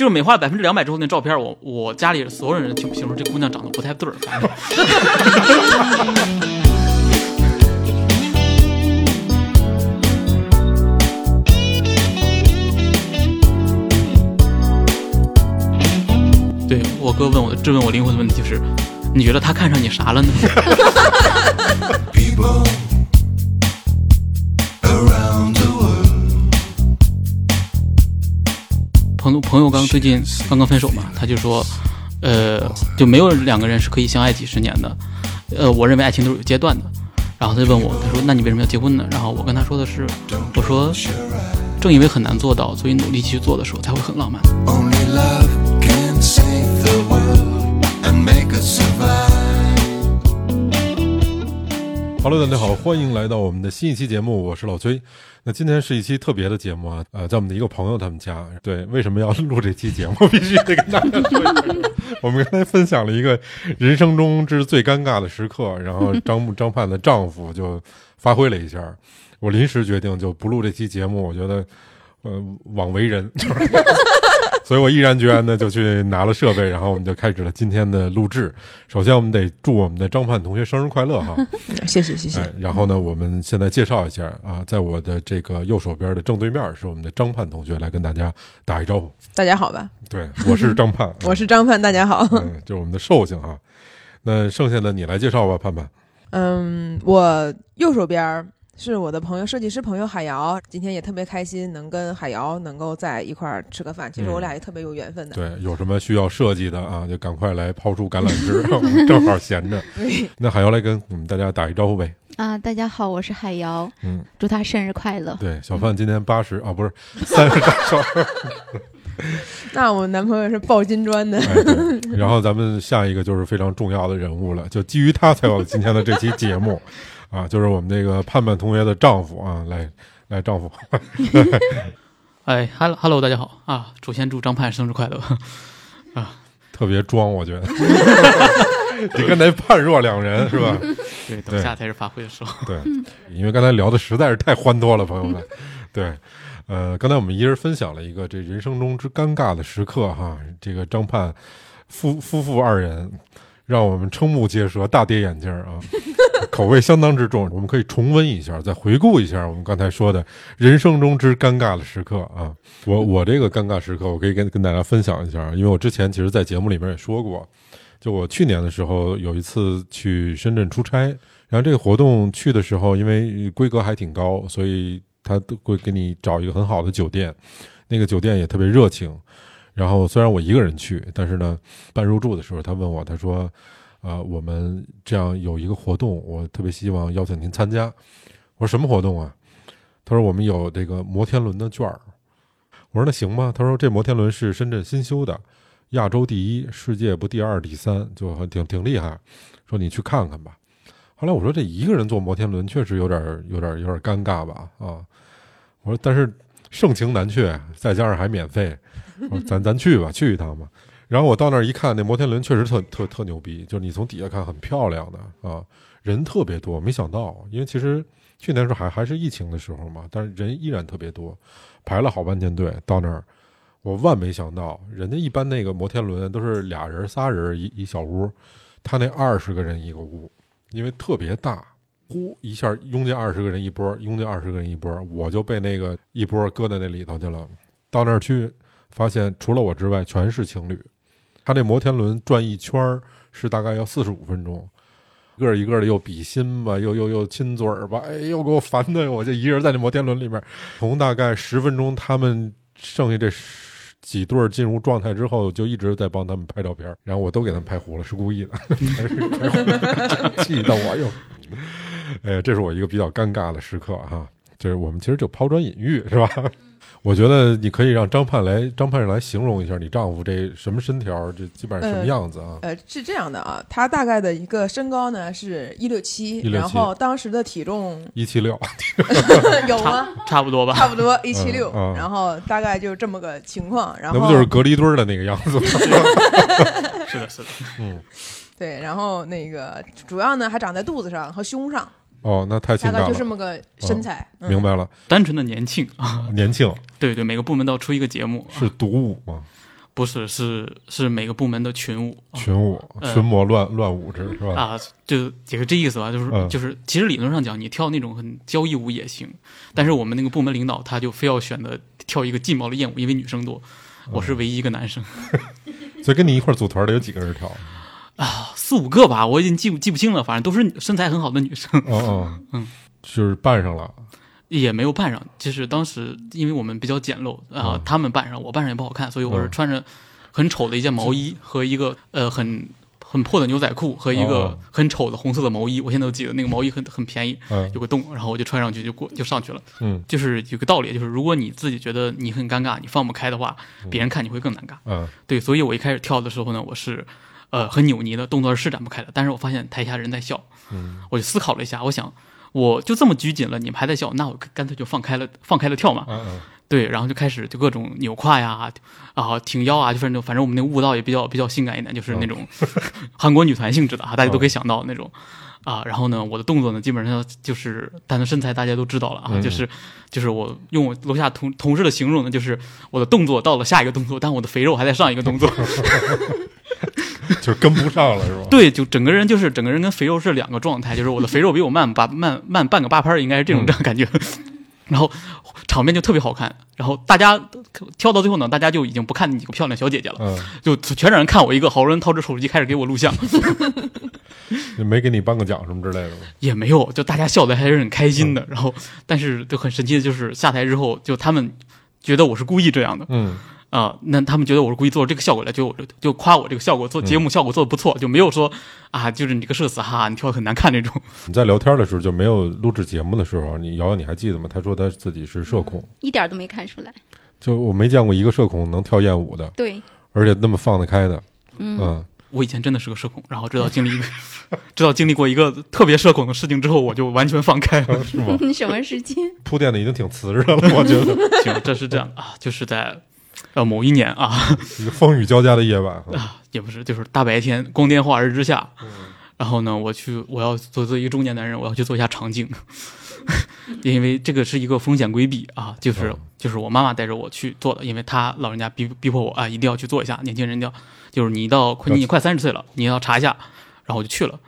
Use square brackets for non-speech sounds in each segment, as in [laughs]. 就是美化百分之两百之后那照片，我我家里所有人听评说这姑娘长得不太对儿。 [laughs] 反正对我哥问我质问我灵魂的问题就是，你觉得他看上你啥了呢？ people around the world. 朋友朋友刚最近刚刚分手嘛，他就说，呃，就没有两个人是可以相爱几十年的，呃，我认为爱情都是有阶段的。然后他就问我，他说那你为什么要结婚呢？然后我跟他说的是，我说 Your eyes. 正因为很难做到，所以努力去做的时候才会很浪漫。 Only love can save the world and make us survive. Hello，大家好，欢迎来到我们的新一期节目，我是老崔。那今天是一期特别的节目啊，呃，在我们的一个朋友他们家。对，为什么要录这期节目？ [laughs] 必须得跟大家说一下。我们刚才分享了一个人生中之最尴尬的时刻，然后张木张盼的丈夫就发挥了一下。我临时决定就不录这期节目，我觉得，呃，枉为人。 [laughs] 所以我毅然决然的就去拿了设备，然后我们就开始了今天的录制。首先，我们得祝我们的张盼同学生日快乐哈！ [laughs] 谢谢谢谢，哎，然后呢，我们现在介绍一下啊，在我的这个右手边的正对面是我们的张盼同学，来跟大家打一招呼。大家好吧，对，我是张 [laughs] 盼，我是张盼，大家好。嗯，就是我们的寿星啊。那剩下的你来介绍吧，盼盼。 [laughs] 嗯，我右手边儿是我的朋友，设计师朋友海瑶，今天也特别开心能跟海瑶能够在一块儿吃个饭。其实我俩也特别有缘分的，嗯对，有什么需要设计的啊，就赶快来抛出橄榄 [laughs] 枝， [laughs] 我们正好闲着。那还要来跟我们大家打一招呼呗。啊，大家好，我是海瑶，嗯，祝他生日快乐。对，小范今年八十啊，不是三十大寿。那我男朋友是抱金砖的， [laughs] 哎，对，然后咱们下一个就是非常重要的人物了，就基于他才有了今天的这期节目，啊，就是我们这个盼盼同学的丈夫啊，来来，丈夫，哎哈喽哈喽，大家好啊！首先祝张盼生日快乐。特别装，我觉得， [laughs] 你跟那判若两人是吧？ [laughs] 对，等下才是发挥的时 [laughs] 候。 [laughs] 对，因为刚才聊的实在是太欢脱了，朋友们。对，呃，刚才我们一人分享了一个这人生中之尴尬的时刻哈，这个张盼夫夫妇二人让我们瞠目结舌，大跌眼镜儿啊，口味相当之重。我们可以重温一下，再回顾一下我们刚才说的人生中之尴尬的时刻啊。我我这个尴尬时刻，我可以跟跟大家分享一下，因为我之前其实，在节目里面也说过。就我去年的时候有一次去深圳出差，然后这个活动去的时候，因为规格还挺高，所以他都会给你找一个很好的酒店，那个酒店也特别热情。然后虽然我一个人去，但是呢，办入住的时候他问我，他说：“呃，我们这样有一个活动，我特别希望邀请您参加。”我说：“什么活动啊？”他说：“我们有这个摩天轮的券儿。”我说：“那行吧。”他说：“这摩天轮是深圳新修的，亚洲第一，世界不第二、第三，就很挺挺厉害。”说：“你去看看吧。”后来我说这一个人坐摩天轮确实有点儿有点儿有点儿尴尬吧啊，我说但是盛情难却，再加上还免费，我说咱咱 [laughs] 去吧，去一趟吧。然后我到那儿一看，那摩天轮确实特特特牛逼，就是你从底下看很漂亮的啊，人特别多，没想到，因为其实去年时候还还是疫情的时候嘛，但是人依然特别多，排了好半天队到那儿。我万没想到，人家一般那个摩天轮都是俩人、仨人一一小屋，他那二十个人一个屋，因为特别大，呼一下拥进二十个人一波，拥进二十个人一波，我就被那个一波搁在那里头去了。到那儿去，发现除了我之外全是情侣。他那摩天轮转一圈儿是大概要四十五分钟，一个儿一个的又比心吧，又又又亲嘴儿吧，哎呦给我烦的，我就一人在那摩天轮里面，从大概十分钟他们剩下这十几对儿进入状态之后，就一直在帮他们拍照片儿，然后我都给他们拍糊了，是故意的。 [laughs] 气得我又，哎，这是我一个比较尴尬的时刻啊哈、就是我们其实就抛砖引玉是吧？我觉得你可以让张盼来，张盼来形容一下你丈夫这什么身条，这基本上什么样子啊？呃，是这样的啊，他大概的一个身高呢是一六七， 167然后当时的 [laughs] 体重一七六，有差吗？差不多吧，差不多一七六嗯，然后大概就是这么个情况，[laughs] 然那后不就是隔离墩儿的那个样子吗？ [laughs] 是的，是的。对，然后那个主要呢还长在肚子上和胸上，哦，那太清大概淡就这了，么个身材。嗯明白了，单纯的年轻啊，年轻对对，每个部门都要出一个节目。是独舞吗？不是，是是每个部门的群舞啊群舞、哦嗯群魔乱乱舞之是吧？啊，就也是这意思吧，就是、嗯就是，其实理论上讲，你跳那种很交谊舞也行，但是我们那个部门领导他就非要选择跳一个劲爆的艳舞，因为女生多，我嗯是唯一一个男生、所以跟你一块儿组团的有几个人跳？啊，四五个吧，我已经记不记不清了，反正都是身材很好的女生， [laughs] 哦哦，嗯，就是扮上了，也没有扮上。就是当时因为我们比较简陋啊、嗯他们扮上，我扮上也不好看，所以我是嗯穿着很丑的一件毛衣和一个呃很。很破的牛仔裤和一哦个很丑的红色的毛衣，我现在都记得那个毛衣很很便宜，嗯有个洞，然后我就穿上去就过就上去了。嗯就是有个道理，就是如果你自己觉得你很尴尬，你放不开的话，别人看你会更尴尬。嗯对，所以我一开始跳的时候呢，我是呃很扭捏的，动作是施展不开的。但是我发现台下人在笑，嗯我就思考了一下，我想我就这么拘谨了，你们还在笑，那我干脆就放开了，放开了跳嘛。嗯嗯对，然后就开始就各种扭胯呀，啊挺腰啊，就反正反正我们那个舞蹈也比较比较性感一点，就是那种韩国女团性质的啊，大家都可以想到那种啊。然后呢，我的动作呢，基本上就是，但是身材大家都知道了啊，嗯就是就是我用我楼下同同事的形容呢，就是我的动作到了下一个动作，但我的肥肉还在上一个动作。就是跟不上了是吧？对，就整个人就是整个人跟肥肉是两个状态，就是我的肥肉比我慢把慢慢半个八拍儿，应该是这种这样感觉。 [laughs] 然后场面就特别好看，然后大家跳到最后呢，大家就已经不看那几个漂亮小姐姐了，嗯，就全让人看我一个好多人掏着手机开始给我录像， [laughs] 也没给你颁个奖什么之类的吗？也没有，就大家笑的还是很开心的。然后，但是就很神奇的就是下台之后，就他们觉得我是故意这样的，嗯，啊、那他们觉得我是故意做这个效果来，就我就就夸我这个效果做节目效果做的不错，就没有说啊，就是你这个社死哈哈，你跳的很难看那种。你在聊天的时候就没有录制节目的时候，你瑶瑶你还记得吗？她说她自己是嗯社恐，一点儿都没看出来。就我没见过一个社恐能跳艳舞的，对，而且那么放得开的，嗯，嗯，我以前真的是个社恐，然后直到经历一个， [laughs] 直到经历过一个特别社恐的事情之后，我就完全放开了。嗯 [laughs] 是吗？ [laughs] 什么时间？铺垫的已经挺瓷实的了，我觉得 [laughs] 行，这是这样的啊，就是在呃某一年啊一个风雨交加的夜晚，嗯啊，也不是，就是大白天光天化日之下，然后呢，我去我要作为一个中年男人，我要去做一下肠镜， [laughs] 因为这个是一个风险规避啊，就是嗯就是我妈妈带着我去做的，因为她老人家逼逼迫我啊，一定要去做一下，年轻人一定要就是你到快你快三十岁了，你要查一下，然后我就去了。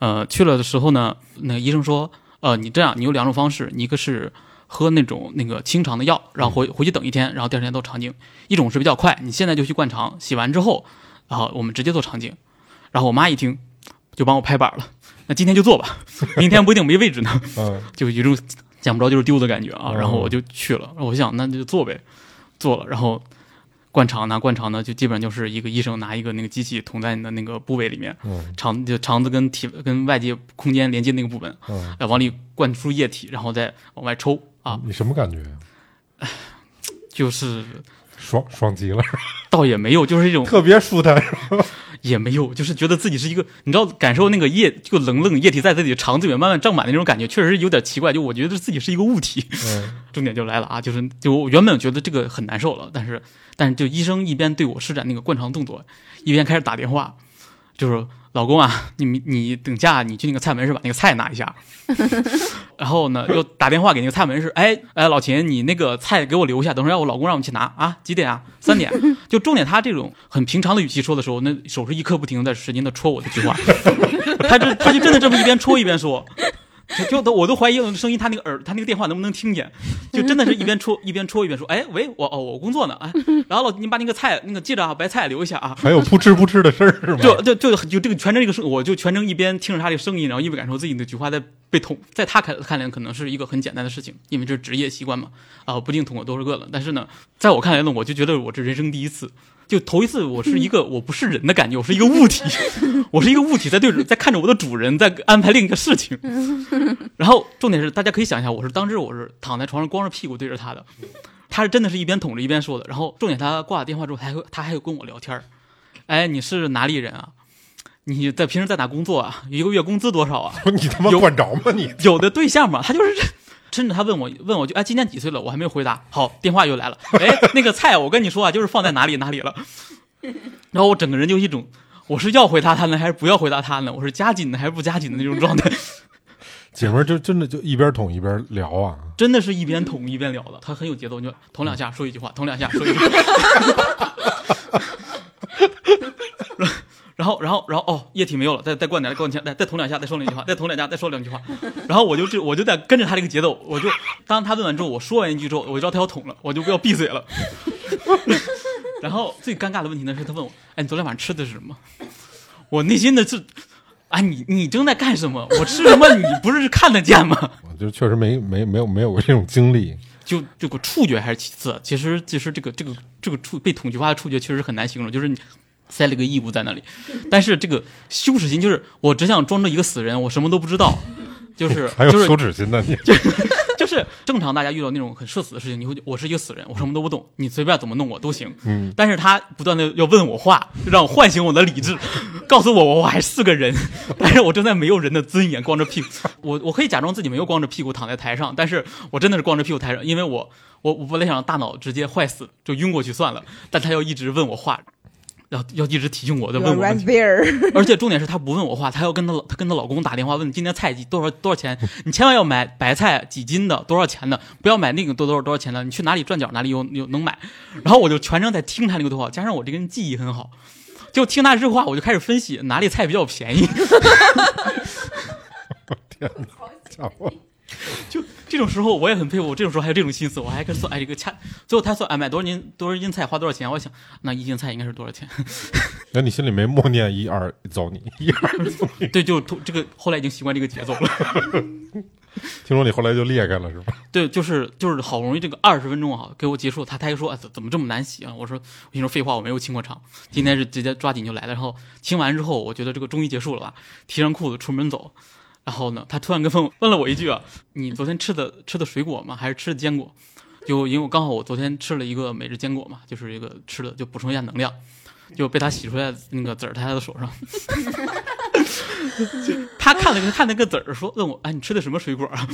呃，去了的时候呢，那个医生说，呃，你这样，你有两种方式，你一个是喝那种那个清肠的药，然后回回去等一天，然后第二天做肠镜；一种是比较快，你现在就去灌肠，洗完之后，然后我们直接做肠镜。然后我妈一听，就帮我拍板了，那今天就做吧， [laughs] 明天不一定没位置呢， [laughs] 嗯就有一种捡不着就是丢的感觉啊。哦然后我就去了，我想那就做呗，做了，然后。灌肠呢？灌肠呢，就基本上就是一个医生拿一个那个机器捅在你的那个部位里面，嗯肠就肠子跟体跟外界空间连接那个部分，嗯，呃，往里灌出液体，然后再往外抽啊，你什么感觉？就是爽爽极了，倒也没有，就是一种特别舒坦，也没有，就是觉得自己是一个，你知道感受那个液就冷冷液体在自己肠子里面慢慢胀满的那种感觉，确实是有点奇怪，就我觉得自己是一个物体。嗯 [laughs] 重点就来了啊，就是就我原本觉得这个很难受了，但是但是就医生一边对我施展那个灌肠动作，一边开始打电话，就是老公啊，你你你等下你去那个菜门市把那个菜拿一下， [laughs] 然后呢又打电话给那个菜门市，哎哎老秦你那个菜给我留下，等会儿让我老公让我们去拿啊，几点啊？三点，就重点他这种很平常的语气说的时候，那手是一刻不停地在使劲的戳我的菊花， [laughs] 他这他就真的这么一边戳一边说。就就都我都怀疑我的声音，他那个耳，他那个电话能不能听见？就真的是一边戳一边戳一边说，哎，喂，我哦，我工作呢，哎，然后老你把那个菜那个记着啊，白菜留一下啊。还有扑哧扑哧的声儿是吗？就就就就这个全程这个声，我就全程一边听着他这个声音，然后一边感受自己的菊花在被捅。在他看看来，可能是一个很简单的事情，因为这是职业习惯嘛，啊、不一定捅过多少个了。但是呢，在我看来呢，我就觉得我这人生第一次，就头一次，我是一个我不是人的感觉，我是一个物体， [laughs] 我是一个物体在对着在看着我的主人在安排另一个事情。然后重点是，大家可以想一下，我是当时我是躺在床上光着屁股对着他的，他是真的是一边捅着一边说的。然后重点他挂了电话之后，他还会他还会跟我聊天儿，哎，你是哪里人啊？你在平时在哪工作啊？一个月工资多少啊？不是你他妈有管着吗你？有的对象嘛，他就是 [laughs] 这。甚至他问我问我就哎今年几岁了？我还没有回答。好，电话又来了。哎，那个菜我跟你说啊，就是放在哪里哪里了。然后我整个人就一种，我是要回答他呢，还是不要回答他呢？我是加紧的还是不加紧的那种状态，姐们儿就真的就一边捅一边聊啊，真的是一边捅一边聊的。他很有节奏，你就捅两下说一句话，捅两下说一句话。 [laughs] 然后然后哦，液体没有了，再再灌点，再灌点，再再捅两下，再说两句话，再捅两下，再说两句话，然后我就这我就在跟着他这个节奏，我就当他问完之后，我说完一句之后，我就知道他要捅了，我就不要闭嘴了。 [laughs] 然后最尴尬的问题呢是，他问我，哎，你昨天晚上吃的是什么？我内心的是，啊，你你正在干什么？我吃什么你不是看得见吗？我就确实没没没有没有过这种经历，就这个触觉还是其次，其实其实这个这个这个触被统计化的触觉确实很难形容，就是你塞了个异物在那里，但是这个羞耻心就是我只想装着一个死人，我什么都不知道，就是哦还有就是羞耻心呢。你 [laughs] 就是正常大家遇到那种很社死的事情，你会觉得我是一个死人，我什么都不懂，你随便怎么弄我都行。嗯，但是他不断的要问我话，让我唤醒我的理智， [laughs] 告诉我我还是个人， [laughs] 但是我正在没有人的尊严，光着屁股，我我可以假装自己没有光着屁股躺在台上，但是我真的是光着屁股台上，因为我我我本来想让大脑直接坏死就晕过去算了，但他要一直问我话。要要一直提醒我，的问我 r 问 a 题 s，p b e r [laughs] 而且重点是她不问我话，她要跟她老她跟她老公打电话问今天菜几多少多少钱，你千万要买白菜几斤的多少钱的，不要买那个多多少多少钱的，你去哪里转角哪里有有能买。然后我就全程在听她那个对话，加上我这个人记忆很好，就听她这话我就开始分析哪里菜比较便宜。 [laughs] 家伙，就这种时候我也很佩服，我这种时候还有这种心思，我还跟算哎这个掐，最后她算哎买多少斤多少斤菜花多少钱，我想那一斤菜应该是多少钱。 [laughs] 那你心里没默念一二走你一二？对，就这个后来已经习惯这个节奏了。听说你后来就裂开了是吧？对，就是就是好不容易这个二十分钟啊，给我结束，他他还说、哎、怎怎么这么难洗啊？我说我跟你说废话，我没有清过场，今天是直接抓紧就来了。然后清完之后，我觉得这个终于结束了吧，提上裤子出门走。然后呢，他突然跟问问了我一句啊，你昨天吃的吃的水果吗？还是吃的坚果？就因为我刚好我昨天吃了一个每日坚果嘛，就是一个吃的就补充一下能量，就被他洗出来的那个籽儿在他的手上。 [laughs] 就他看了个看那个籽儿，说问我哎你吃的什么水果啊？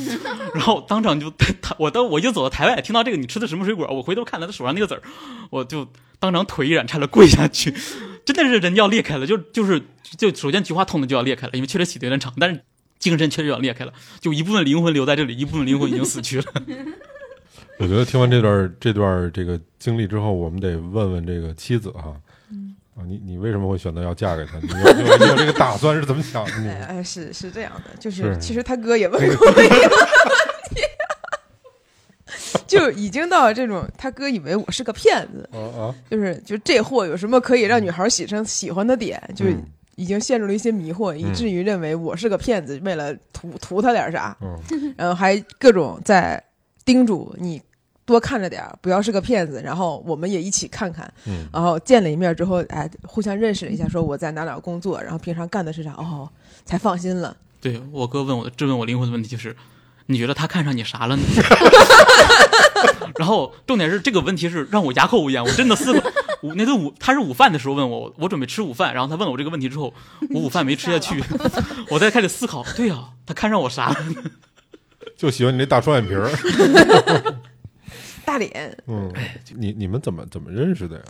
然后当场就他我当我就走到台外，听到这个你吃的什么水果？我回头看了他手上那个籽儿，我就当场腿一软，差点跪下去，真的是人要裂开了，就就是就首先菊花痛的就要裂开了，因为确实洗的有点长，但是精神确实要裂开了，就一部分灵魂留在这里，一部分灵魂已经死去了。我觉得听完这段这段这个经历之后，我们得问问这个妻子哈、嗯啊，你你为什么会选择要嫁给他？你有你有你有这个打算是怎么想的？你啊哎，是是这样的，就是是其实他哥也问过我一个问题， [laughs] 就已经到了这种，他哥以为我是个骗子，啊啊，就是就这货有什么可以让女孩喜上喜欢的点，就嗯已经陷入了一些迷惑，以至于认为我是个骗子，为了图图他点啥，嗯，然后还各种在叮嘱你多看着点儿，不要是个骗子。然后我们也一起看看，嗯然后见了一面之后，哎，互相认识了一下，说我在哪哪工作，然后平常干的是啥，哦，才放心了。对我哥问我质问我灵魂的问题就是，你觉得他看上你啥了呢？ [laughs] 然后重点是这个问题是让我哑口无言，我真的思考。午那顿午他是午饭的时候问我，我准备吃午饭，然后他问了我这个问题之后，我午饭没吃下去，我再开始思考。对呀、他看上我啥了？就喜欢你那大双眼皮儿。大脸，嗯，你你们怎么怎么认识的呀？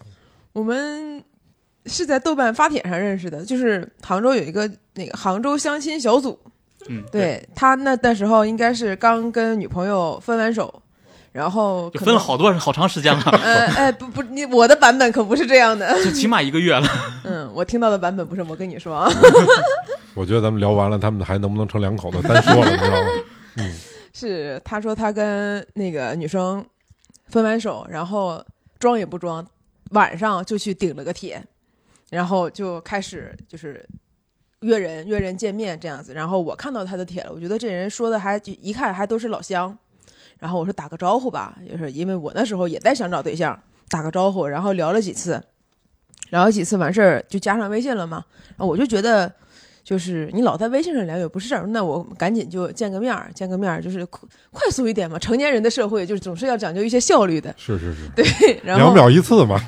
我们是在豆瓣发帖上认识的，就是杭州有一个那个杭州相亲小组， [laughs] 嗯，，对他那那时候应该是刚跟女朋友分完手，然后就可分了能好多好长时间 [laughs] 了，呃哎不不，你我的版本可不是这样的。就起码一个月了。嗯，我听到的版本不是我跟你说啊，我觉得咱们聊完了，他们还能不能成两口子单说了，你知道吗？ [laughs] 是他说他跟那个女生分完手，然后装也不装，晚上就去顶了个帖，然后就开始就是约人约人见面这样子。然后我看到他的帖了，我觉得这人说的还就一看还都是老乡，然后我说打个招呼吧，就是因为我那时候也在想找对象，打个招呼，然后聊了几次，聊了几次完事儿就加上微信了嘛，然后我就觉得。就是你老在微信上聊也不是事儿，那我赶紧就见个面儿，见个面儿就是快快速一点嘛。成年人的社会就是总是要讲究一些效率的，是是是，对。然后两秒一次嘛，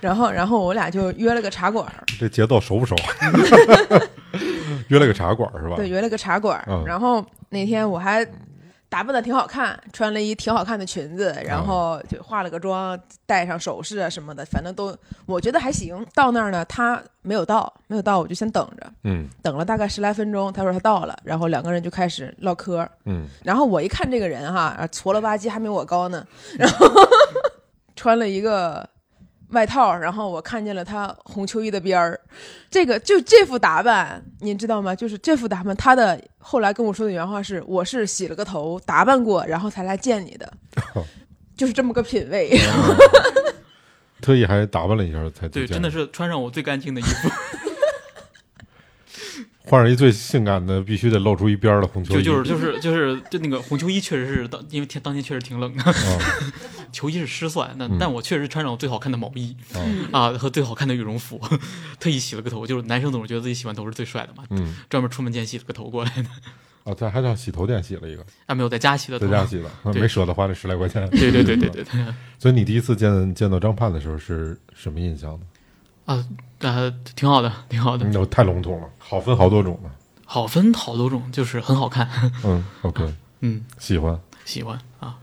然后，然后我俩就约了个茶馆儿，这节奏熟不熟？ [laughs] 约了个茶馆是吧？对，约了个茶馆儿。嗯然后那天我还打扮的挺好看，穿了一挺好看的裙子，然嗯后就化了个妆，戴上首饰啊什么的，反正都我觉得还行。到那儿呢，他没有到，没有到，我就先等着，嗯等了大概十来分钟，他说他到了，然后两个人就开始唠嗑儿。嗯，然后我一看这 [laughs] 个人哈，啊矬了吧唧，还没我高呢，然后穿了一个外套，然后我看见了他红秋衣的边儿。这个就这副打扮，您知道吗？就是这副打扮，他的后来跟我说的原话是：“我是洗了个头，打扮过，然后才来见你的。”哦就是这么个品味。特意还打扮了一下才对，见真的是穿上我最干净的衣服，换上一最性感的，必须得露出一边儿的红球就衣，就是就是就是就那个红秋衣确实是当因为天当天确实挺冷的，啊球衣是湿算，但嗯但我确实穿上我最好看的毛衣啊啊和最好看的羽绒服，特意洗了个头，就是男生总是觉得自己洗完头是最帅的嘛，嗯专门出门前洗了个头过来的，啊，在还上洗头店洗了一个，啊没有在家洗的头在，家洗的，啊对没舍得花那十来块钱。对对对对对对， [laughs] 所以你第一次见见到张盼的时候是什么印象呢？呃挺好的挺好的，那太笼统了，好分好多种呢。好分好多种，就是很好看，嗯，OK，嗯喜欢。喜欢啊，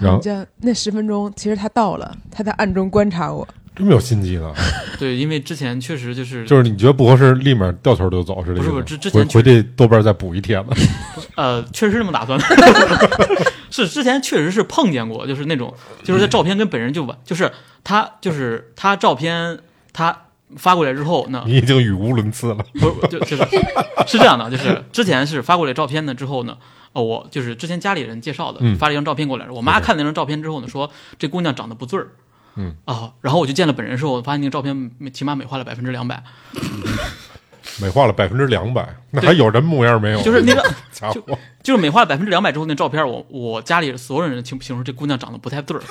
然后你知道那十分钟，其实他到了，他在暗中观察我。这么有心机呢？ [laughs] 对，因为之前确实就是就是你觉得不合适，立马掉头就走，是这意思不吗是不是之之回前回去豆瓣再补一帖 [laughs] 子。呃，确实是这么打算的。 [laughs] 是之前确实是碰见过，就是那种，就是在照片跟本人就完，就是他就是他照片他发过来之后呢，你已经语无伦次了。不是就就是是这样的，就是之前是发过来照片呢之后呢，呃，我就是之前家里人介绍的嗯，发了一张照片过来，我妈 OK 看了那张照片之后呢，说这姑娘长得不对儿。嗯啊，然后我就见了本人之后，我发现那个照片美起码美化了百分之两百，美化了百分之两百，那还有人模样没有？就是那个 [laughs] 家伙，就是美化了百分之两百之后，那照片我我家里所有人形形容这姑娘长得不太对儿，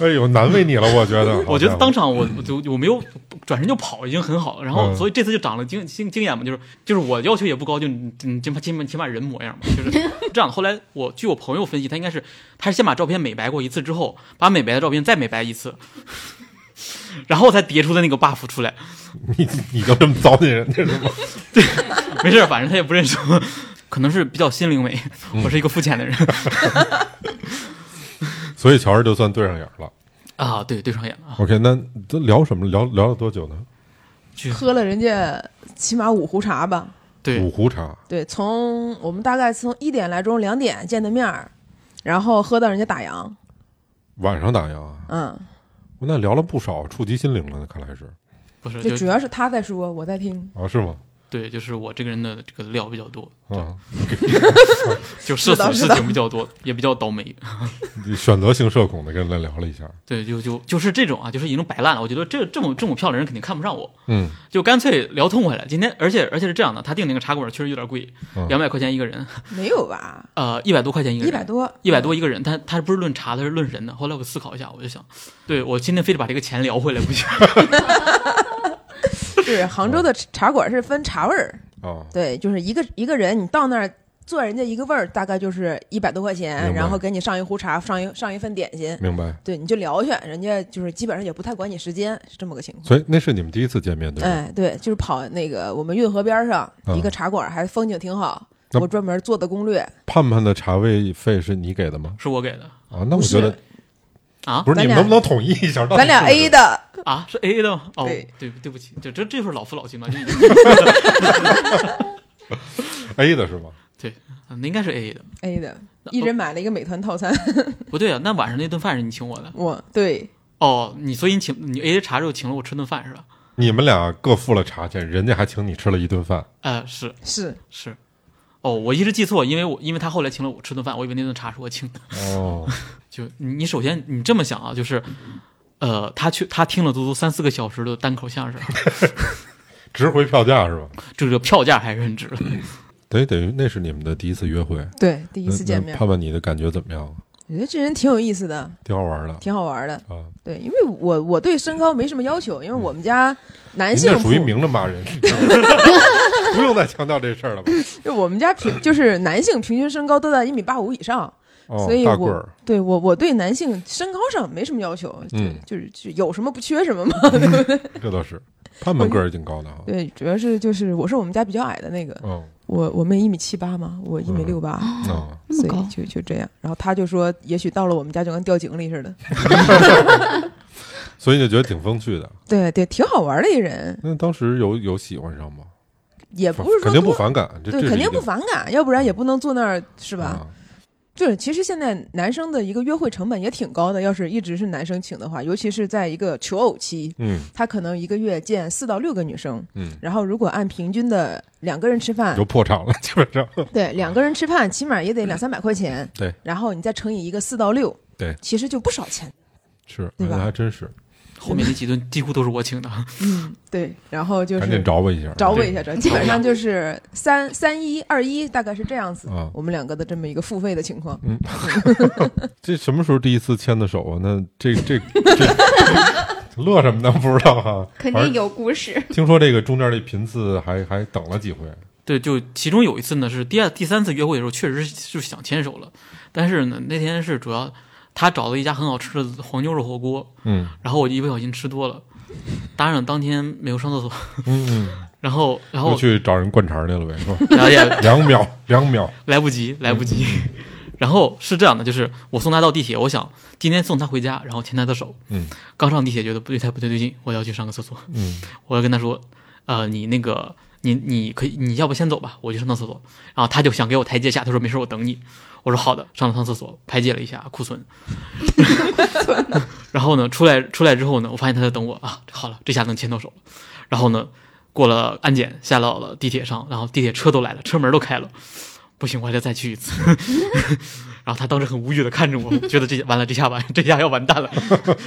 哎呦，难为你了，我觉得。 [laughs] 我觉得好家伙当场我我就我没有转身就跑已经很好了，然后嗯所以这次就长了经经经验嘛，就是就是我要求也不高，就你你起码起码起码人模样嘛，就是这样。后来我据我朋友分析，他应该是他是先把照片美白过一次之后，把美白的照片再美白一次， [laughs] 然后才叠出的那个 buff 出来。你你就这么糟践人家是吗？ [laughs] 没事儿，反正他也不认识我， [laughs] 可能是比较心灵美，我是一个肤浅的人、所以乔治就算对上眼了。啊。对，对上眼了啊， OK，那都聊什么？聊聊了多久呢？就喝了人家起码五壶茶吧。五对壶茶，对，从我们大概从一点来钟两点见的面儿，然后喝到人家打烊，晚上打烊啊？嗯，那聊了不少，触及心灵了，看来是不是就主就要是他在说，我在听，啊，是吗？对，就是我这个人的这个料比较多，啊，就社是的死是事的情比较多，也比较倒霉。你选择性社恐的跟人家聊了一下，对，就就就是这种啊，就是已经摆烂了。我觉得这这么这么漂亮的人肯定看不上我，嗯，就干脆聊痛快了。今天，而且而且是这样的，他订那个茶馆确实有点贵嗯，两百块钱一个人，没有吧？呃，一百多块钱一个一人，百多，一百多一个人。他他不是论茶，他是论人的。后来我思考一下，我就想，对我今天非得把这个钱聊回来不行。对，杭州的茶馆是分茶味儿，啊，对，就是一个一个人，你到那儿做人家一个味儿，大概就是一百多块明钱，白然后给你上一壶茶，上一上一份点心，明白。对，你就聊去，人家就是基本上也不太管你时间，是这么个情况。所以那是你们第一次见面，对吧？哎，对，就是跑那个我们运河边儿上嗯一个茶馆，还风景挺好。那我专门做的攻略，盼盼的茶位费是你给的吗？是我给的啊，那我不觉得是啊不是咱你们俩能不能统一一下？到底 [laughs] 咱俩是不是 A 的，啊，是 A A 的吗？哦，对对对不起，这这这就是老夫老妻嘛，这已经 [laughs] A 的是吗？那嗯应该是 A A 的。 A 的，那一人买了一个美团套餐。不对啊，那晚上那顿饭是你请我的我对哦，你所以你请你 A A 茶之后请了我吃顿饭是吧？你们俩各付了茶钱，人家还请你吃了一顿饭。呃，是。是是，哦，我一直记错，因为我因为他后来请了我吃顿饭，我以为那顿茶是我请的。哦，就你你首先你这么想啊，就是，呃，他去他听了足足三四个小时的单口相声， [laughs] 值回票价是吧？这个票价还是很值的。等于等于那是你们的第一次约会，对第第一次见面，盼盼你的感觉怎么样？我觉得这人挺有意思的，挺好玩的挺好玩的。啊！对，因为我我对身高没什么要求，因为我们家男您性这属于普明着骂 [laughs] 人， [laughs] 不用再强调这事儿了吧？就我们家平就是男性平均身高都在一米八五以上，哦所以大棍我儿，对我我对男性身高上没什么要求，对嗯，就是就有什么不缺什么嘛，对不对？这倒是盼盼个儿也挺高的啊。对，主要是就是我是我们家比较矮的那个，嗯我我妹一米七八嘛，我一米六八，啊，那所么以高，就就这样。然后他就说，也许到了我们家就跟掉井里似的，所以就觉得挺风趣的。对对，挺好玩的一人，那当时有有喜欢上吗？也不是说肯定多不反感，这嗯对，肯定不反感，要不然也不能坐那儿是是吧？？啊就是其实现在男生的一个约会成本也挺高的，要是一直是男生请的话，尤其是在一个求偶期，嗯他可能一个月见四到六个女生，嗯，然后如果按平均的两个人吃饭就，破产了， [laughs] 基本上。对，两个人吃饭起码也得两三百块钱，嗯对，然后你再乘以一个四到六，对，其实就不少钱，是，对吧哎还真是，后面那几顿几乎都是我请的， [laughs] 嗯，对，然后就赶紧是找我一下，找我这一下，找，基本上就是三三一二一，大概是这样子，啊。我们两个的这么一个付费的情况，这什么时候第一次牵的手啊？那 [laughs] 这这这乐什么呢？不知道哈、肯反正定有故 [laughs] 事。听说这个中间这频次还还等了几回，对，就其中有一次呢是第二第三次约会的时候，确实是就想牵手了，但是呢那天是主要他找了一家很好吃的黄牛肉火锅，嗯然后我就一不小心吃多了，当然当天没有上厕所，嗯，嗯，然后然又后去找人灌肠去了呗，是吧？ [laughs] 然后也两秒， [laughs] 两秒，来不及来不及，嗯 [laughs] 然后是这样的，就是我送他到地铁，我想今天送他回家，然后牵他的手，嗯，刚上地铁觉得不对太不对对劲，我要去上个厕所，嗯 [laughs] 我要跟他说，呃，你那个，你你可以，你要不先走吧，我去上趟厕所。然后他就想给我台阶下，他说没事，我等你。我说好的，上了趟厕所，排解了一下库存。 [laughs] 然后呢，出来出来之后呢，我发现他在等我啊，好了，这下能牵到手了。然后呢，过了安检，下到了地铁上，然后地铁车都来了，车门都开了，不行，我还得再去一次。 [laughs] 然后他当时很无语的看 [laughs] 着我，觉得这完了，这下完， [laughs] 这下要完蛋了。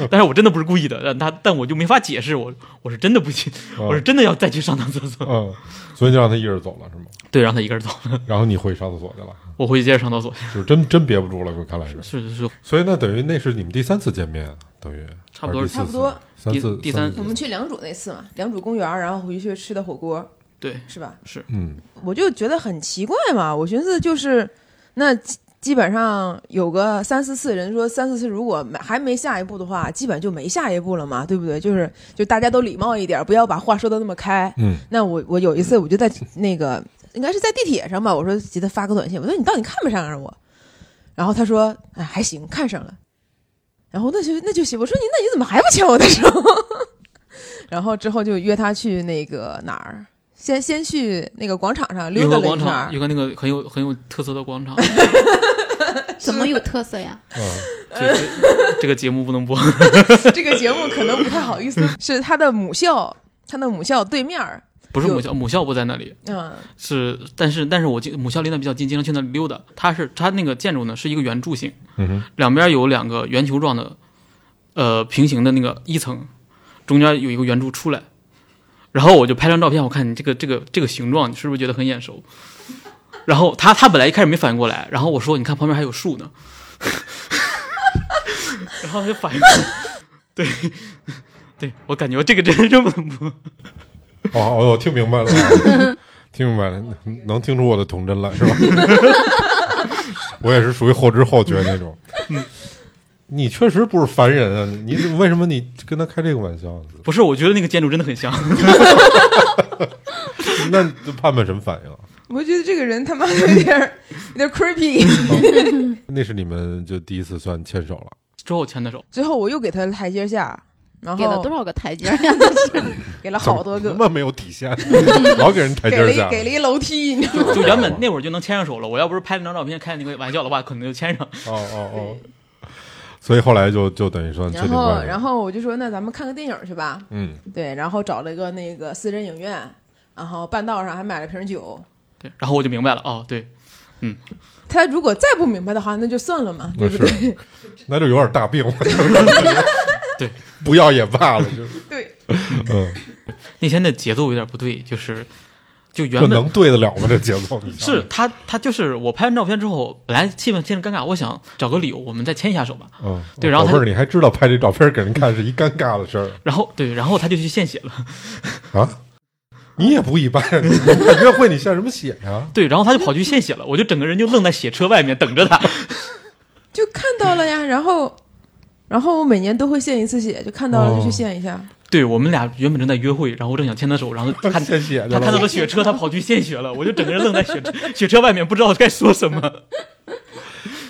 但是我真的不是故意的，让他，但我就没法解释，我我是真的不行，我是真的要再去上趟厕所，嗯，所以就让他一人走了是吗？ [laughs] 对，让他一个人走，然后你回上厕所去了， [laughs] 我回去接着上厕所。就是真真憋不住了，看来是。是是是，所以那等于那是你们第三次见面，啊等于差不多还是第四次差不多三次，第第三次我们去良渚那次嘛，良渚公园，然后回去吃的火锅，对，是吧？嗯我就觉得很奇怪嘛，我寻思就是，那基基本上有个三四次人说三四次，如果没还没下一步的话，基本就没下一步了嘛，对不对？就是就大家都礼貌一点，不要把话说的那么开。嗯那我我有一次我就在那个应该是在地铁上吧，我说给他发个短信，我说你到底看没看上啊我？然后他说哎还行看上了，然后那就那就行，我说你那你怎么还不牵我的手？ [laughs] 然后之后就约他去那个哪儿，先先去那个广场上有溜达个了一广圈场，儿有，个那个很有很有特色的广 [laughs] 场，怎么有特色呀？啊，这这这个节目不能播。 [laughs] 这个节目可能不太好意思，是他的母校，他的母校对面儿，不是有母校，母校不在那里，嗯，是，但是但是我经母校离那比较近，经常去那里溜达。它是它那个建筑呢是一个圆柱形，嗯哼，两边有两个圆球状的，呃，平行的那个一层，中间有一个圆柱出来。然后我就拍张照片，我看你这个这个这个形状，你是不是觉得很眼熟？ [laughs] 然后他他本来一开始没反应过来，然后我说你看旁边还有树呢， [laughs] 然后他就反应过来，对，对我感觉这个真是这么不 [laughs] 哦哦，我听明白了啊， [laughs] 听明白了，能能听出我的童真来是吧？ [laughs] 我也是属于后知后觉那种。嗯你确实不是凡人啊！你为什么你跟他开这个玩笑呢？不是，我觉得那个建筑真的很像。 [laughs] 那盼盼什么反应啊？我觉得这个人他妈有点儿有点儿 creepy。那是你们就第一次算牵手了，之后牵的手，最后我又给他台阶下，然后给了多少个台阶呀？都是给了好多怎个，么那么没有底线， [laughs] 老给人台给阶了下一。给了一楼梯，你知道吗？ [laughs] 就就原 [laughs] 本那会儿就能牵上手了。我要不是拍了张照片开那个玩笑的话，可能就牵上。哦哦哦，所以后来就就等于嗯说确然定关后系了然后我就说那咱们看个电影去吧，嗯对，然后找了一个那个私人影院，然后半道上还买了瓶酒。对，然后我就明白了，哦，对，他如果再不明白的话，那就算了嘛，那对不对？是， [laughs] 那就有点大病了。 [laughs] 对，不要也罢了，就是对，嗯，那天的节奏有点不对，就是就这原本能对得了吗？这节奏你 [laughs] 想是他他就是我拍完照片之后，本来气氛现在尴尬，我想找个理由我们再牵一下手吧。嗯，对然后他宝贝儿，你还知道拍这照片给人看是一尴尬的事儿然后对，然后他就去献血了。啊？你也不一般，你你约会你献什么血呀？对，然后他就跑去献血了，我就整个人就愣在血车外面等着他。 [laughs] 就看到了 [laughs] 呀。然后，然后我每年都会献一次血，就看到了就去献一下。哦对我们俩原本正在约会，然后我正想牵他手，然后他献血去他看到了了血车，他跑去献血了，我就整个人愣在血车 [laughs] 血车外面，不知道该说什么。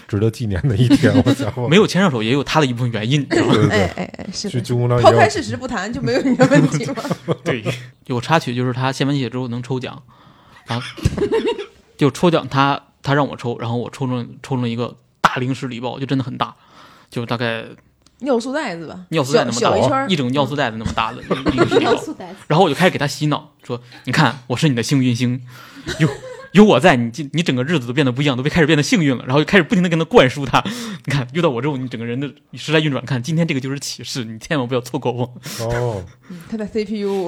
值得纪念的一天，我家伙没有牵上手也有他的一部分原因，你知道吗？对对哎对，哎哎，是去的。军工章抛也开有事实不谈，就没有你的问 [laughs] 题了。对， [laughs] 有插曲就是他献完血之后能抽奖，啊，就抽奖他他让我抽，然后我抽中抽中一个大零食礼包，就真的很大，就大概尿素袋子吧，尿素袋那么小小哦一圈大，儿一嗯整尿素袋子那么大 [laughs] 的零食礼要包。素嗯袋子，然后我就开始给他洗脑，说：“你看，我是你的幸运星，有有我在，你今你整个日子都变得不一样，都被开始变得幸运了。”然后就开始不停的跟他灌输他：“ [laughs] 你看，遇到我之后，你整个人的时来运转，看今天这个就是启示，你千万不要错过我。哦，嗯他的 [laughs] CPU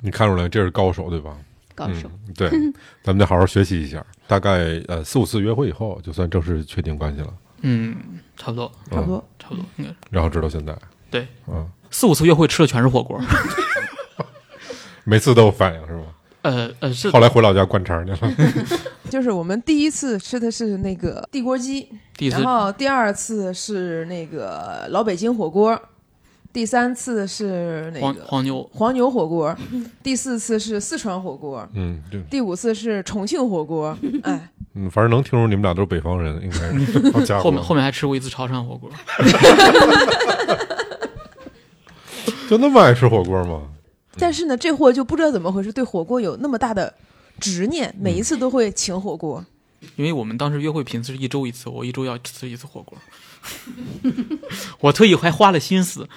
你看出来这是高手对吧？高手， [laughs] 嗯，对，咱们得好好学习一下。大概呃四五次约会以后，就算正式确定关系了，”嗯，差不多，差不嗯，多。差不多，应该是然后直到现在，对，嗯，四五次约会吃的全是火锅。每次都有反应是吗？呃呃，是后来回老家灌肠去了，就是我们第一次吃的是那个地锅鸡，第一次然后第二次是那个老北京火锅，第三次是那黄个黄牛，黄牛火锅，第四次是四川火锅，嗯，就第五次是重庆火锅。哎，嗯，反正能听出你们俩都是北方人，应该是好家伙，后面后面还吃过一次潮汕火锅。就那么爱吃火锅吗？但是呢，这货就不知道怎么回事，对火锅有那么大的执念，每一次都会请火锅。因为我们当时约会频次是一周一次，我一周要吃一次火 [laughs] 锅，我特意还花了心思，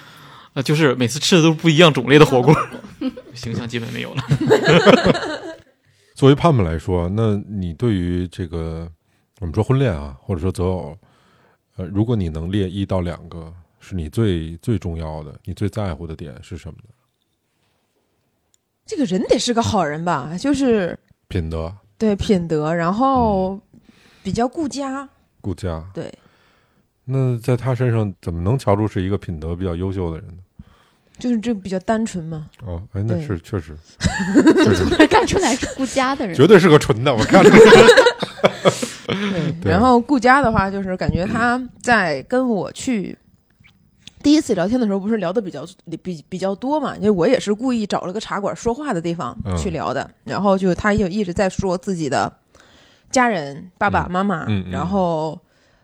呃，就是每次吃的都是不一样种类的 [laughs] 火锅，形象基本没有了。作为盼盼来说，那你对于这个我们说婚恋啊，或者说择偶，呃，如果你能列一到两个是你最最重要的、你最在乎的点是什么呢？这个人得是个好人吧？就是品德、对品德，然后比较顾家，顾家。对，那在他身上怎么能瞧出是一个品德比较优秀的人呢？就是这比较单纯嘛。哦，哎，那对是确实，就从这看出来是顾家的人，绝对是个纯的，我看着。对嗯然后顾佳的话，就是感觉他在跟我去第一次聊天的时候，不是聊的比较比比较多嘛？因为我也是故意找了个茶馆说话的地方嗯去聊的。然后就他就一直在说自己的家人、爸爸妈妈，嗯嗯嗯然后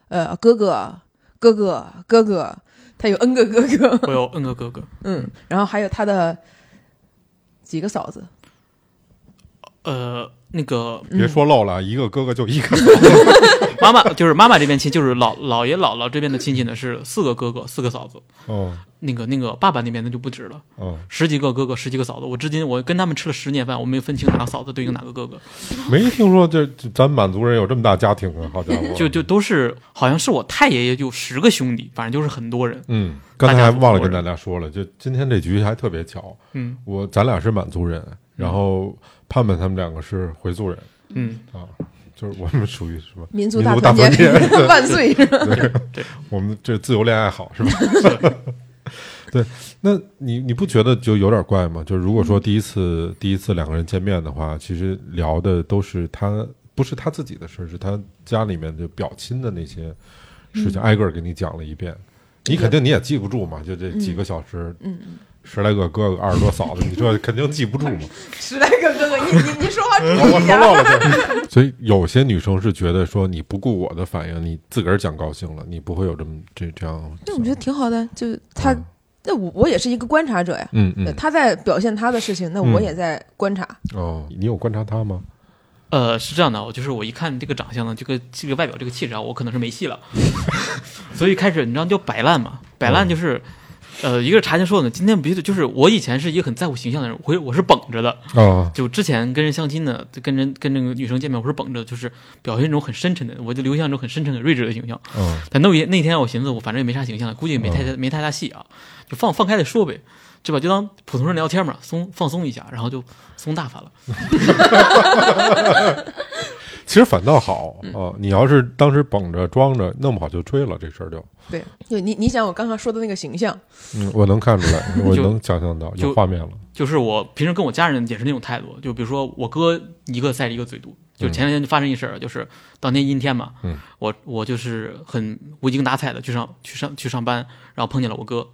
呃哥哥、哥哥、哥哥，他有 N 个哥哥， [laughs] 我有 N 个哥哥，嗯，然后还有他的几个嫂子，呃，那个别说漏了啊，一个哥哥就一个。 [laughs] 妈妈就是妈妈这边亲，就是老姥爷姥姥这边的亲戚呢是四个哥哥，四个嫂子。哦那个那个爸爸那边的就不止了，哦，十几个哥哥，十几个嫂子。我至今我跟他们吃了十年饭，我没有分清哪个嫂子对应哪个哥哥，没听说这这咱满族人有这么大家庭啊，好家伙！就就都是好像是我太爷爷就十个兄弟，反正就是很多人。嗯，刚才还忘了跟大家说了，就今天这局还特别巧，嗯我咱俩是满族人，然后盼盼他们两个是回族人嗯，啊，就是我们属于什么民族族大大团团结 [laughs] 万岁！我们这自由恋爱好是吧？ [laughs] 对，那你你不觉得就有点怪吗？就是如果说第一次、第一次两个人见面的话，其实聊的都是他不是他自己的事儿，是他家里面就表亲的那些事情，挨个儿给你讲了一遍。你肯定你也记不住嘛，就这几个小时，嗯十来个哥哥，二十多嫂子，你这肯定记不住嘛。十来个哥哥，你你你说话注我我说意点。漏了对。 [laughs] 所以有些女生是觉得说你不顾我的反应，你自个儿讲高兴了，你不会有这么这这样。那我觉得挺好的，就他嗯，那、我我也是一个观察者呀。嗯嗯对，他在表现他的事情，那我嗯也在观察。哦，你有观察他吗？呃，是这样的，我就是我一看这个长相呢，这个这个外表这个气质啊，我可能是没戏了， [laughs] 所以开始你知道就摆烂嘛，摆烂就是，呃，一个是茶前说呢，今天必须得就是我以前是一个很在乎形象的人，我会我是绷着的，哦，就之前跟人相亲呢，跟人跟这个女生见面，我是绷着，就是表现那种很深沉的，我就留下那种很深沉很睿智的形象。嗯，但那天那天我寻思，我反正也没啥形象，估计也没太大、没太大戏啊，就放放开了说呗，对吧？就当普通人聊天嘛，松放松一下，然后就松大发了。其实反倒好啊。你要是当时绷着装着，弄不好就吹了这事儿就。对，就你你想我刚刚说的那个形象，嗯，我能看出来，我就能想象到有就画面了。就是我平时跟我家人也是那种态度，就比如说我哥一个赛一个嘴毒，就前两天就发生一事儿，就是当天阴天嘛，嗯我我就是很无精打采的去上去上去上班，然后碰见了我哥，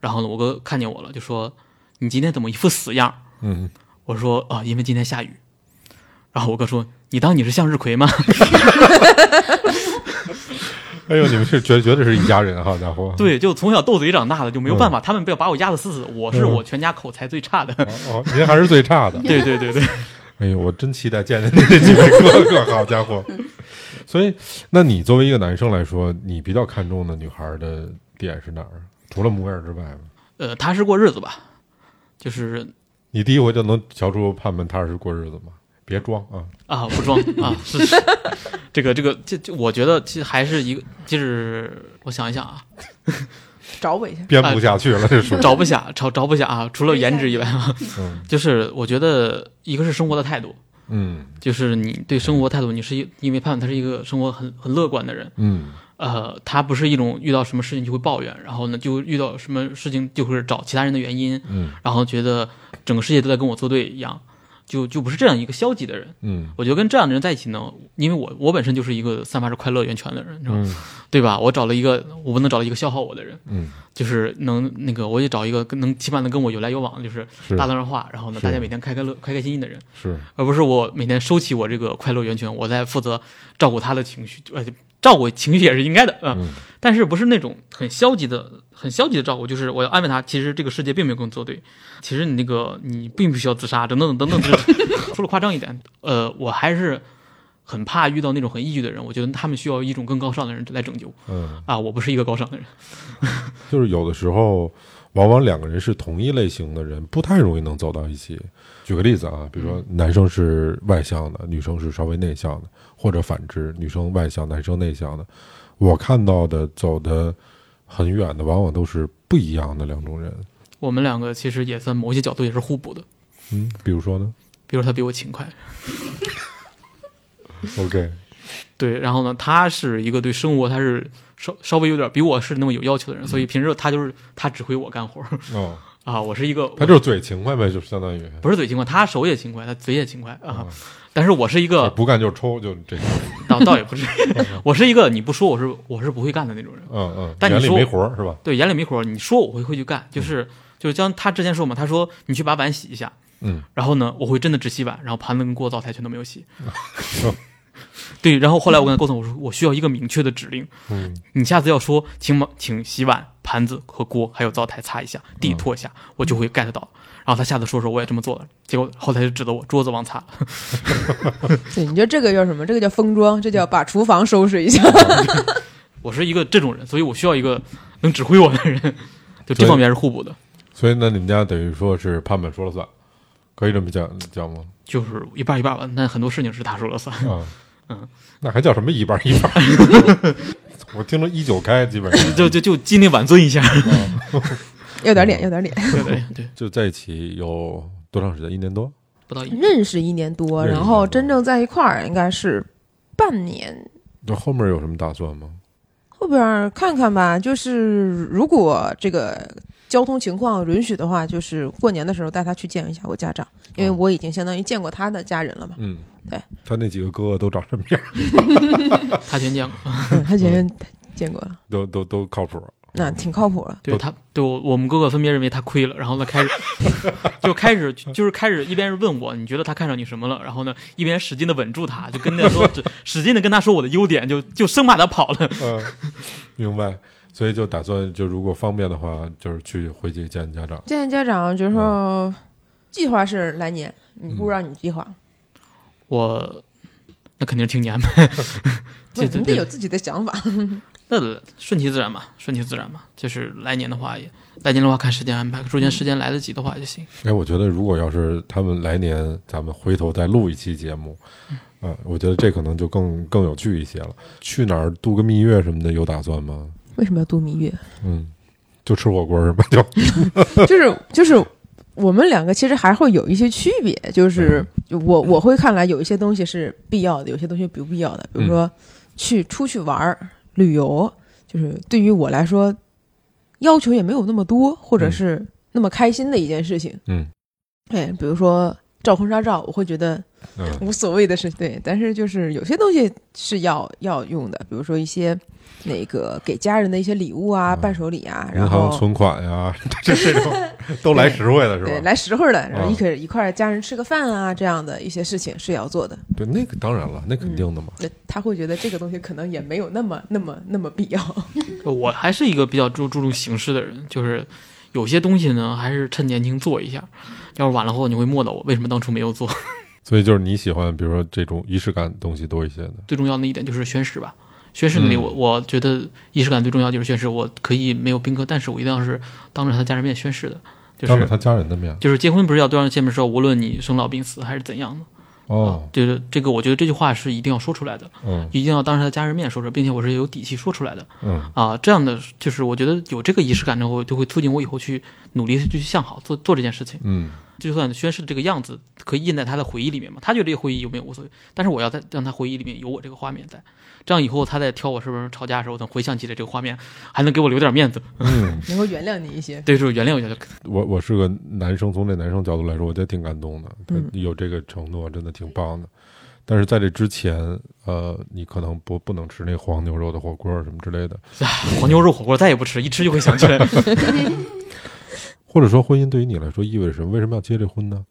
然后呢我哥看见我了就说你今天怎么一副死样儿？嗯，我说啊、因为今天下雨。然后我哥说你当你是向日葵吗？！哎呦，你们是绝绝对是一家人，好家伙对，就从小斗嘴长大的，就没有嗯办法，他们不要把我压得死死，我是嗯我全家口才最差的。哦，哦，您还是最差的。 [laughs] 对对对对，哎呦，我真期待见见您这几位哥哥，好家伙！所以，那你作为一个男生来说，你比较看重的女孩的点是哪儿？除了模样之外， [laughs] 呃，踏实过日子吧，就是你第一回就能瞧出盼盼踏实过日子吗？别装啊！啊，不装啊，是 [laughs] 是，这个这个，这这，我觉得其实还是一个，就是我想一想啊，找我一下。编不下去了，这属于找不下，找找不下啊，除了颜值以外啊，嗯 [laughs] 就是我觉得一个是生活的态度，嗯就是你对生活态度，你是一因为盼盼他是一个生活很很乐观的人，嗯呃，他不是一种遇到什么事情就会抱怨，然后呢就遇到什么事情就会找其他人的原因，嗯然后觉得整个世界都在跟我作对一样，就就不是这样一个消极的人。嗯我觉得跟这样的人在一起呢，因为我我本身就是一个散发着快乐源泉的人，你知道吗？嗯对吧？我找了一个，我不能找一个消耗我的人，嗯，就是能那个，我也找一个跟能起码能跟我有来有往，就是是大段话，然后呢，是大家每天开开乐、开开心心的人，是而不是我每天收起我这个快乐源泉，我在负责照顾他的情绪，呃，照顾情绪也是应该的，嗯，嗯但是不是那种很消极的、很消极的照顾，就是我要安慰他，其实这个世界并没有跟我作对，其实你那个你并不需要自杀，等等等等，就是 [laughs] 说了夸张一点，呃，我还是很怕遇到那种很抑郁的人，我觉得他们需要一种更高尚的人来拯救。嗯，啊，我不是一个高尚的人。就是有的时候，往往两个人是同一类型的人，不太容易能走到一起。举个例子啊，比如说男生是外向的，女生是稍微内向的，或者反之，女生外向，男生内向的。我看到的走的很远的，往往都是不一样的两种人。我们两个其实也算某些角度也是互补的，嗯，比如说呢比如他比我勤快， ？OK，对，然后呢，他是一个对生活他是稍稍微有点比我是那么有要求的人，所以嗯平时他就是他指挥我干活儿 [laughs] 哦，啊，我是一个他就是嘴勤快呗，就相当于我不是嘴勤快，他手也勤快，他嘴也勤快啊哦，但是我是一个不干就抽，就这个。倒倒也不是， [laughs] 我是一个你不说我是我是不会干的那种人，嗯嗯，但你眼里说没活儿是吧？对，眼里没活儿，你说我会会去干，就是就是像他之前说嘛，他说你去把碗洗一下，嗯，然后呢，我会真的只洗碗，然后盘子跟锅灶台全都没有 [laughs] 洗。 [laughs] 对，然后后来我跟他沟通，我说我需要一个明确的指令，嗯，你下次要说请马请洗碗、盘子和锅还有灶台擦一下，地拖一下，我就会 get 到。然后他下次说说我也这么做了，结果后台就指着我桌子往擦，对，你觉得这个叫什么？这个叫封装，这叫把厨房收拾 [laughs] 一下。我是一个这种人，所以我需要一个能指挥我的人，就所以这方面是互补的，所以呢，你们家等于说是盼盼说了算，可以这么讲 [laughs] 讲吗？就是一半儿一半儿吧。但很多事情是他说了算，啊，嗯，那还叫什么一半儿一半儿？ [laughs] 我听着一九开，基本上就就就尽力挽尊一下。要点脸，要点脸。对对对，就在一起有多长时间？一年多？不到一 [laughs] 认识一年多，认识一年多然后真正在一块儿应该是半年，那后面有什么打算吗？后边儿看看吧。就是如果这个交通情况允许的话，就是过年的时候带他去见一下我家长，因为哦我已经相当于见过他的家人了 [laughs] 嘛。嗯，对，他那几个哥哥都长什么样？他全讲，嗯，他家人见过了，都都都靠谱。那挺靠谱了。对他，对我我们哥哥分别认为他亏了，然后呢开始就开始就是开始一边是问我你觉得他看上你什么了，然后呢一边使劲的稳住他，就跟他说只使劲的跟他说我的优点，就就生怕他跑了。 [laughs] 嗯，明白。所以就打算就如果方便的话，就是去回去见家长。见见家长就嗯说，计划是来年，你不如让你计划，我那肯定是青年呗，不这你得有自己的想法。 [laughs] 那顺其自然嘛，顺其自然嘛，就是来年的话也来年的话看时间安排，中间时间来得及的话就行。哎，我觉得如果要是他们来年，咱们回头再录一期节目，啊、我觉得这可能就更更有趣一些了。去哪儿度个蜜月什么的，有打算吗？ [laughs] 为什么要度蜜月？嗯，就吃火锅是吧？就 [laughs] 就是就是我们两个其实还会有一些区别，就是我嗯我会看来有一些东西是必要的，有些东西不必要的，比如嗯说去出去玩儿、旅游，就是对于我来说要求也没有那么多，或者嗯是那么开心的一件事情。嗯对，比如说照婚纱照，我会觉得嗯无所谓的事，对，但是就是有些东西是要要用的，比如说一些。那个给家人的一些礼物啊，嗯伴手礼啊，然银后行存款呀、 [laughs] 这这 [laughs] 种都来实惠了是对，吧？来实惠的，然后啊一块一块儿家人吃个饭啊，这样的一些事情是要做的。对，那个当然了，那肯定的嘛。那他会觉得这个东西可能也没有那么那么那么必要。 [laughs] 我还是一个比较注注重形式的人，就是有些东西呢，还是趁年轻做一下，要是晚了后你会默叨我为什么当初没有做。所以就是你喜欢，比如说这种仪式感东西多一些的。最重要的一点就是宣誓吧。宣誓里嗯我，我、觉得仪式感最重要就是宣誓。我可以没有宾客，但是我一定要是当着他家人面宣誓的，就当着是他家人的面就是结婚不是要对方见面说，无论你生老病死还是怎样的，啊哦，就是这个，我觉得这句话是一定要说出来的，嗯一定要当着他家人面说出来，并且我是有底气说出来的嗯啊。这样的就是我觉得有这个仪式感之后，就会促进我以后去努力地去向好做做这件事情。嗯，就算宣誓的这个样子可以印在他的回忆里面嘛，他觉得这个回忆有没有无所谓，但是我要在让他回忆里面有我这个画面在，这样以后他在挑我是不是吵架的时候，等回想起来这个画面，还能给我留点面子。嗯能够原谅你一些。对，就是原谅我一下就可我我是个男生，从这男生角度来说，我觉得挺感动的。他嗯有这个承诺，真的挺棒的。但是在这之前，呃，你可能不不能吃那黄牛肉的火锅什么之类的，以。黄牛肉火锅再也不吃，一吃就会想起来。或者说婚姻对于你来说意味着什么？为什么要结这婚呢？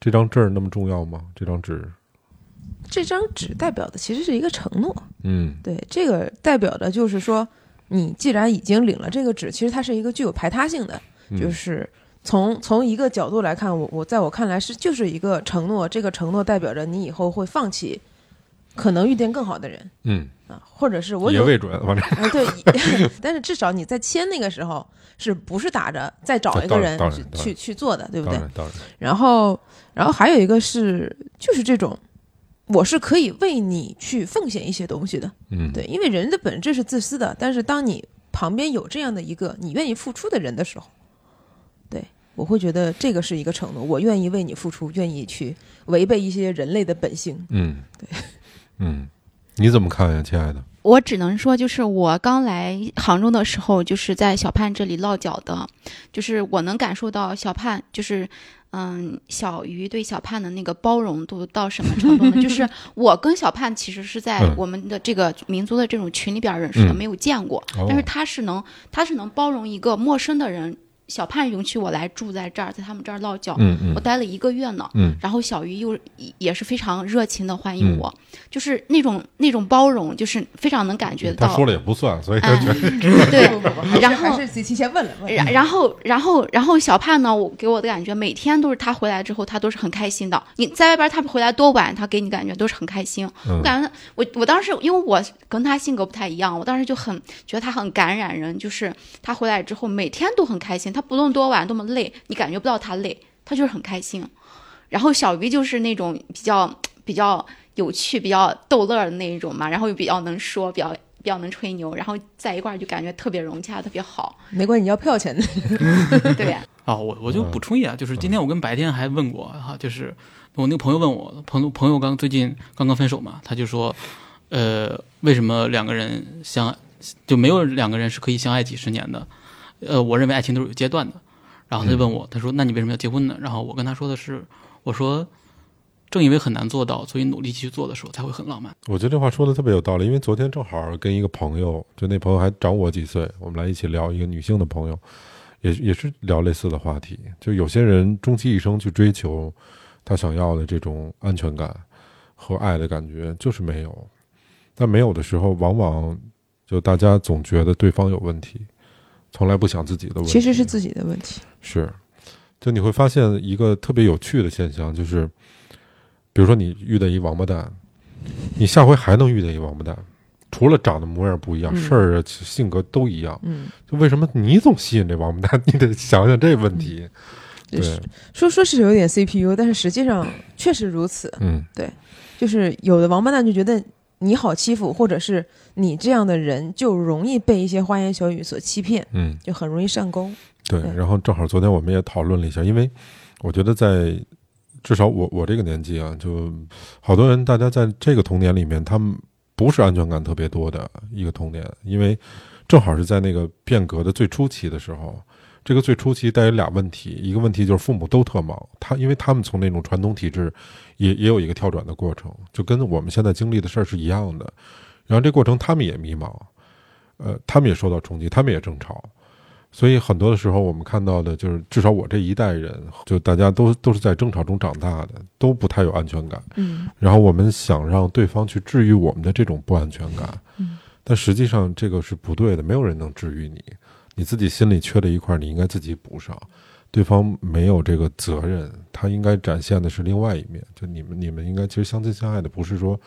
这张证儿那么重要吗？这张纸，这张纸代表的其实是一个承诺，嗯对，这个代表的就是说，你既然已经领了这个纸，其实它是一个具有排他性的，嗯就是从从一个角度来看，我我在我看来是就是一个承诺，这个承诺代表着你以后会放弃可能遇见更好的人嗯，啊，或者是我也有未准，反正啊，对，但是至少你在签那个时候是不是打着再找当一个然人当然去当去然去做 [laughs] 的，对不当对？然当然，然后，然后还有一个是就是这种，我是可以为你去奉献一些东西的，嗯，对，因为人的本质是自私的，但是当你旁边有这样的一个你愿意付出的人的时候，对我会觉得这个是一个承诺，我愿意为你付出，愿意去违背一些人类的本性。嗯，对，嗯，你怎么看呀，亲爱的？我只能说，就是我刚来杭州的时候，就是在小盼这里落脚的，就是我能感受到小盼，就是嗯，小鱼对小盼的那个包容度到什么程度 [laughs] 呢？就是我跟小盼其实是在嗯我们的这个民族的这种群里边认识的，嗯没有见过，哦但是他是能，他是能包容一个陌生的人。小盼允许我来住在这儿，在他们这儿落脚，嗯嗯我待了一个月呢。嗯然后小鱼又也是非常热情的欢迎我，就是那种那种包容，就是非常能感觉嗯，他到。说了也不算，所以他哎觉得，对，不不不，然还后是提提前问了问。然然后然后然后小盼呢，我给我的感觉，每天都是他回来之后，他都是很开心的。你在外边他回来多晚，他给你感觉都是很开心。我嗯感觉我我当时因为我跟他性格不太一样，我当时就很觉得他很感染人，就是他回来之后每天都很开心，他不论多晚多么累，你感觉不到他累，他就是很开心。然后小鱼就是那种比较比较有趣、比较逗乐儿的那一种嘛，然后又比较能说，比较比较能吹牛，然后在一块儿就感觉特别融洽，特 [laughs] 别好。没关系，你要票钱的。对，啊，我我就嗯补充一下，就是今天我跟白天还问过哈、就是我那个朋友问我，朋友朋友刚最近刚刚分手嘛，他就说，呃，为什么两个人相就没有两个人是可以相爱几十年的？呃，我认为爱情都是有阶段的。然后嗯他就问我，他说：“那你为什么要结婚呢？”然后我跟他说的是，我说：“正因为很难做到，所以努力去做的时候才会很浪漫。我觉得这话说的特别有道理，因为昨天正好跟一个朋友，就那朋友还长我几岁，我们来一起聊一个女性的朋友，也也是聊类似的话题。就有些人终其一生去追求他想要的这种安全感和爱的感觉，就是没有。但没有的时候，往往就大家总觉得对方有问题，从来不想自己的问题。啊其实是自己的问题。是，就你会发现一个特别有趣的现象，就是，比如说你遇到一王八蛋，你下回还能遇到一王八蛋，除了长得模样不一样，嗯事儿啊性格都一样，嗯，就为什么你总吸引这王八蛋？ [laughs] 你得想想这问题。对就嗯是，说说是有点 CPU，但是实际上确实如此。嗯就是有的王八蛋就觉得你好欺负，或者是你这样的人就容易被一些花言巧语所欺骗，嗯，就很容易上钩。对对。然后正好昨天我们也讨论了一下，因为我觉得在至少我我这个年纪啊，就好多人，大家在这个童年里面，他们不是安全感特别多的一个童年，因为正好是在那个变革的最初期的时候。这个最初期带有俩问题，一个问题就是父母都特忙，他因为他们从那种传统体制也也有一个跳转的过程，就跟我们现在经历的事儿是一样的。然后这过程他们也迷茫，呃，他们也受到冲击，他们也争吵，所以很多的时候，我们看到的就是，至少我这一代人，就大家都都是在争吵中长大的，都不太有安全感。嗯，然后我们想让对方去治愈我们的这种不安全感，嗯但实际上这个是不对的，没有人能治愈你，你自己心里缺的一块，你应该自己补上。对方没有这个责任，他应该展现的是另外一面。就你们你们应该其实相亲相爱的不是说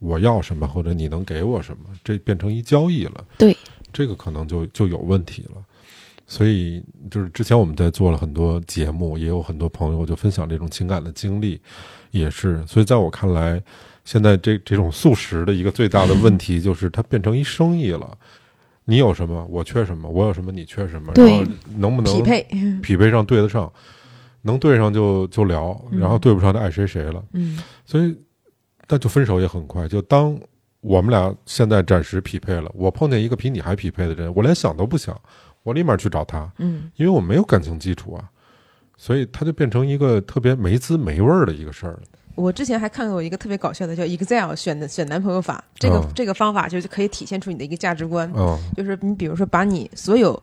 我要什么或者你能给我什么，这变成一交易了。对，这个可能就就有问题了。所以就是之前我们在做了很多节目，也有很多朋友就分享这种情感的经历，也是。所以在我看来，现在这这种素食的一个最大的问题就是它变成一生意了。你有什么，我缺什么；我有什么，你缺什么。然对后能不能匹配，匹配上对得上，能对上就就聊，然后对不上就爱谁谁了。嗯所以，那就分手也很快。就当我们俩现在暂时匹配了，我碰见一个比你还匹配的人，我连想都不想，我立马去找他，嗯因为我没有感情基础啊。所以它就变成一个特别没滋没味儿的一个事儿了。我之前还看过一个特别搞笑的，叫 Excel 选的选男朋友法，这个、哦这个方法就是可以体现出你的一个价值观，嗯就是你比如说把你所有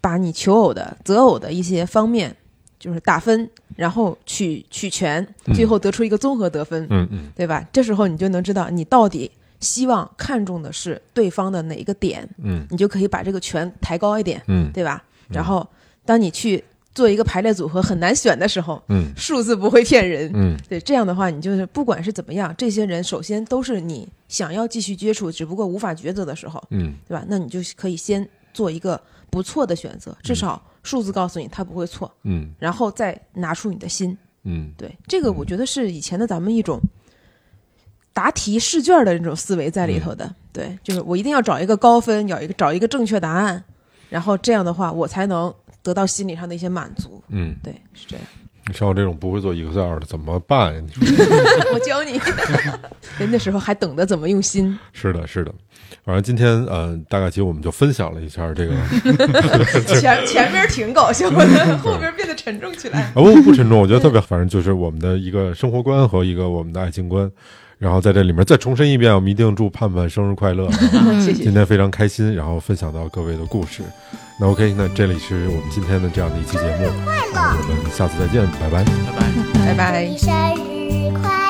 把你求偶的、择偶的一些方面，就是打分，然后取取全，最后得出一个综合得分，嗯嗯对吧？这时候你就能知道你到底希望看重的是对方的哪一个点，嗯你就可以把这个全抬高一点，嗯对吧？然后当你去做一个排列组合很难选的时候，嗯数字不会骗人。嗯对，这样的话，你就是不管是怎么样，这些人首先都是你想要继续接触，只不过无法抉择的时候，嗯对吧？那你就可以先做一个不错的选择，至少数字告诉你他不会错，嗯然后再拿出你的心。嗯对，这个我觉得是以前的咱们一种答题试卷的那种思维在里头的。对，就是我一定要找一个高分，有一个找一个正确答案，然后这样的话，我才能得到心理上的一些满足。嗯，对，是这样。你像我这种不会做 Excel 的怎么办呀？你说我教你。人那时候还懂得怎么用心。是的，是的。反正今天呃，大概其实我们就分享了一下这个。前前边挺搞笑的，后边变得沉重起来。啊，不不沉重，我觉得特别，反正就是我们的一个生活观和一个我们的爱情观。然后在这里面再重申一遍，我们一定祝盼盼生日快乐啊！谢谢今。天非常开心，然后分享到各位的故事。那 OK，那这里是我们今天的这样的一期节目，啊我们下次再见，拜拜。拜拜。拜拜祝你生日快